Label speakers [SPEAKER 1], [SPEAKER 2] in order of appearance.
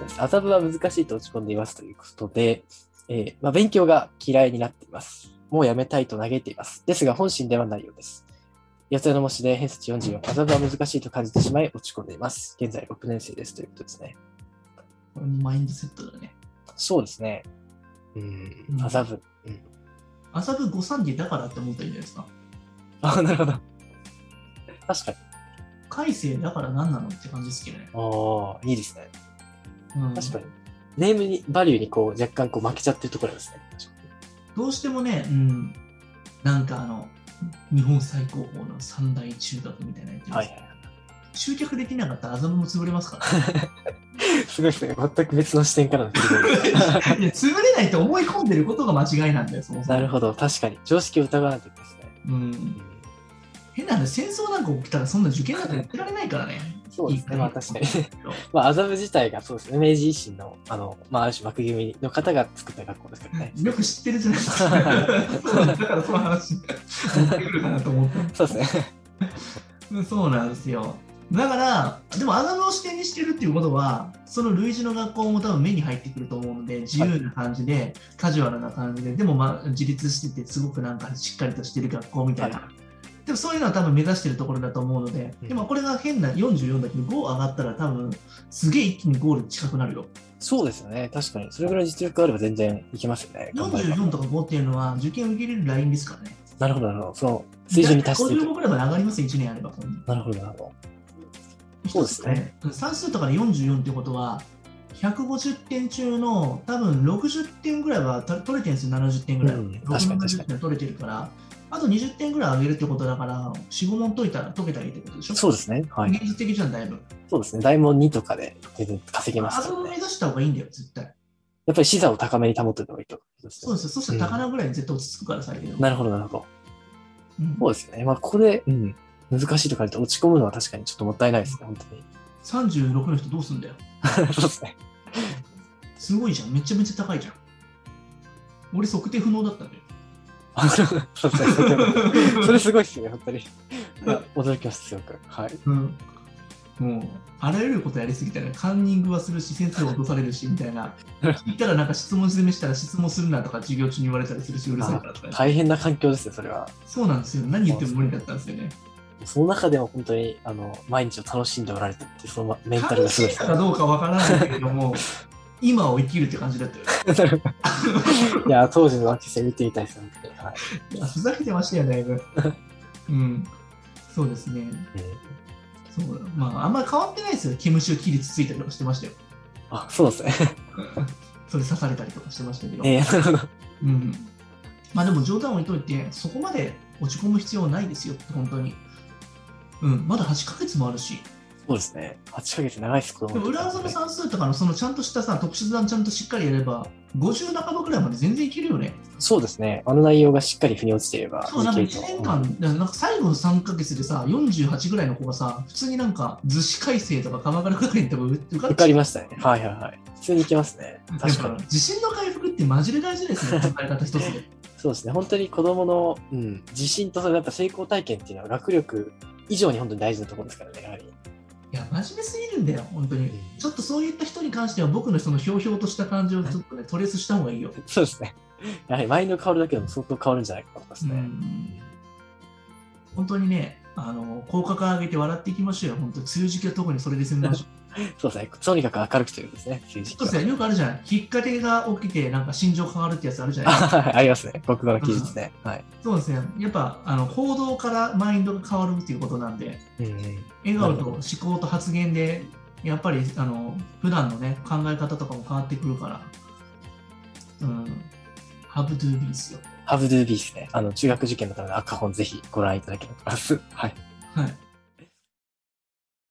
[SPEAKER 1] です。麻布は難しいと落ち込んでいますということで、えーまあ、勉強が嫌いになっています。もうやめたいと嘆いています。ですが本心ではないようです。八つ屋の模試で偏差値44、麻布は難しいと感じてしまい落ち込んでいます。現在6年生ですということですね。
[SPEAKER 2] これもマインドセットだね。
[SPEAKER 1] そうですね。うん
[SPEAKER 2] う、ん
[SPEAKER 1] 麻布。うん、
[SPEAKER 2] 麻布530だからって思ったらいいんじゃないですか。
[SPEAKER 1] あ、なるほど。確かに。
[SPEAKER 2] 改正だから何なのって感じですけどね。
[SPEAKER 1] ああ、いいですね。
[SPEAKER 2] うん、
[SPEAKER 1] 確かに。ネームに、バリューにこう、若干こう負けちゃってるところですね。
[SPEAKER 2] どうしてもね、うん、なんかあの、日本最高峰の三大中学みたいなやつ、
[SPEAKER 1] はいはいは
[SPEAKER 2] 集客できなかったら麻布も潰れますから、ね、
[SPEAKER 1] い。 すごいですね。全く別の視点からの切り取り
[SPEAKER 2] いや潰れないと思い込んでることが間違いなんだよ、そもそも。
[SPEAKER 1] なるほど。確かに。常識を疑わないといけないですね。
[SPEAKER 2] うん、変な話、戦争なんか起きたらそんな受験なんかやってられないからね。
[SPEAKER 1] そうですね。まあ確かに。
[SPEAKER 2] そう
[SPEAKER 1] まあ、麻布自体がそうですね。明治維新の、あの、まあ、ある種幕組の方が作った学校ですからね。
[SPEAKER 2] よく知ってるじゃな いですか。そうだからその話、持ってくるかなと思った。
[SPEAKER 1] そうですね。
[SPEAKER 2] うんそうなんですよ。だから、でも、アダムを視点にしてるっていうことは、その類似の学校も多分目に入ってくると思うので、自由な感じで、カジュアルな感じで、でも、まあ、自立してて、すごくなんかしっかりとしてる学校みたいな。
[SPEAKER 1] は
[SPEAKER 2] でも、そういうのは多分目指してるところだと思うので、
[SPEAKER 1] うん
[SPEAKER 2] でも、これが変な44だけど、5上がったら多分、すげえ一気にゴール近くなるよ。
[SPEAKER 1] そうですね。確かに。それぐらい実力があれば全然いけますよね。頑張れば
[SPEAKER 2] 44とか5っていうのは、受験を受けれるラインですからね。
[SPEAKER 1] なるほど、なるほど。その、水準に達している
[SPEAKER 2] 55ぐらいまで上がりますよ、1年あれば。
[SPEAKER 1] なるほど、なるほど。そうですね。
[SPEAKER 2] 算数とかで44ってことは、150点中の多分60点ぐらいはた取れてるんですよ、70点ぐらい。
[SPEAKER 1] うん
[SPEAKER 2] 60
[SPEAKER 1] 確かに確かに
[SPEAKER 2] 70点は取れてるから、あと20点ぐらい上げるってことだから、4、5問解いたら解けたりってことでしょ。
[SPEAKER 1] そうですね。はい。
[SPEAKER 2] 現実的じゃん、だいぶ。
[SPEAKER 1] そうですね、大門2とかで全然稼げま
[SPEAKER 2] あ
[SPEAKER 1] すか
[SPEAKER 2] そこ
[SPEAKER 1] ら
[SPEAKER 2] を目
[SPEAKER 1] ね。
[SPEAKER 2] 指した方がいいんだよ、絶対。
[SPEAKER 1] やっぱり視座を高めに保っておいた方がいいと。
[SPEAKER 2] そうですよ、そしたら高菜ぐらいに絶対落ち着くから、最低でも。
[SPEAKER 1] なるほど、なるほど。
[SPEAKER 2] うん
[SPEAKER 1] そうですよね。まあ、ここで、うん、難しいとか言って落ち込むのは確かにちょっともったいないですね、本当 に。
[SPEAKER 2] 36の人どうすんだよ。
[SPEAKER 1] そうですね。
[SPEAKER 2] すごいじゃん、めちゃめちゃ高いじゃん。俺、測定不能だったん だよ。
[SPEAKER 1] あそうそうですね。 それすごいですね、本当に。いや驚きました、すごく。はい。
[SPEAKER 2] うん、もうあらゆることやりすぎたらカンニングはするし先生を落とされるしみたい な聞いたらなんか質問攻めしたら質問するなとか授業中に言われたりするしうるさいからとか、
[SPEAKER 1] 大変な環境ですね、それは。
[SPEAKER 2] そうなんですよ何言っても無理だったんですよね
[SPEAKER 1] その中でも本当に、あの、毎日を楽しんでおられたって、そのメンタル
[SPEAKER 2] 楽
[SPEAKER 1] が
[SPEAKER 2] し
[SPEAKER 1] すごい
[SPEAKER 2] い
[SPEAKER 1] です
[SPEAKER 2] か
[SPEAKER 1] ね。
[SPEAKER 2] らどうかわからないけれども今を生きるって感じだったよ
[SPEAKER 1] なるほどいや、当時の学生見てみたいですね、本当に。はい
[SPEAKER 2] いやふざけてましたよだいぶうんそうですね
[SPEAKER 1] うん
[SPEAKER 2] そうまああんまり変わってないですよ刑務所規律ついたりとかしてましたよ
[SPEAKER 1] あ、そうですね。
[SPEAKER 2] それ刺されたりとかしてましたけど
[SPEAKER 1] えー、なるほど。
[SPEAKER 2] うん、まあでも冗談を置いといて、そこまで落ち込む必要はないですよって、本当に。うん、まだ8ヶ月もあるし、
[SPEAKER 1] そうですね。8ヶ月長いです、子供
[SPEAKER 2] で
[SPEAKER 1] の
[SPEAKER 2] も
[SPEAKER 1] 時
[SPEAKER 2] 裏技の算数とかのそのちゃんとしたさ、特殊算ちゃんとしっかりやれば、50半ばぐらいまで全然いけるよね。
[SPEAKER 1] そうですね。あの内容がしっかり腑に落ちていれば。
[SPEAKER 2] そう、なんか
[SPEAKER 1] いけ
[SPEAKER 2] 1
[SPEAKER 1] ると
[SPEAKER 2] 年間、なんか最後の3ヶ月でさ、48ぐらいの子がさ、普通になんか、図紙改正とか鎌倉学園とか受か
[SPEAKER 1] 受
[SPEAKER 2] っ
[SPEAKER 1] かり
[SPEAKER 2] て
[SPEAKER 1] ましたね。はいはいはい。普通にいけますね。
[SPEAKER 2] だ
[SPEAKER 1] 確
[SPEAKER 2] か
[SPEAKER 1] からに。
[SPEAKER 2] 自信の回復ってマジで大事ですね、考え方一つで。
[SPEAKER 1] そうですね。本当に子供の、うん、自信と、それやっぱ成功体験っていうのは学力以上に本当に大事なところですからね、やはり。
[SPEAKER 2] いや、真面目すぎるんだよ、本当に。ちょっとそういった人に関しては、僕のそのひょうひょうとした感じをちょっとね、トレースした方がいいよ。
[SPEAKER 1] そうですね。やはりマインド変わるだけでも相当変わるんじゃないかと思います
[SPEAKER 2] う
[SPEAKER 1] ね。
[SPEAKER 2] ん本当にね、あの、口角上げて笑っていきましょうよ、本当に。梅雨時期は特にそれで攻め ましょう。
[SPEAKER 1] そうですね。とにかく明るくということですね。政治
[SPEAKER 2] そう
[SPEAKER 1] 家
[SPEAKER 2] ですね、よくあるじゃない。きっかけが起きて、なんか心情変わるってやつあるじゃない
[SPEAKER 1] あ はいありますね。国語の記述ね。はい。
[SPEAKER 2] そうですね。やっぱ、あの、行動からマインドが変わるっていうことなんで、
[SPEAKER 1] うん。
[SPEAKER 2] 笑顔
[SPEAKER 1] な
[SPEAKER 2] と
[SPEAKER 1] る
[SPEAKER 2] 思考と発言で、やっぱり、あの、普段のね、考え方とかも変わってくるから、うん、ハブドゥービーですよ。
[SPEAKER 1] ハブドゥービーですね。あの、中学受験のための赤本ぜひご覧いただければと思います。はい。
[SPEAKER 2] はい。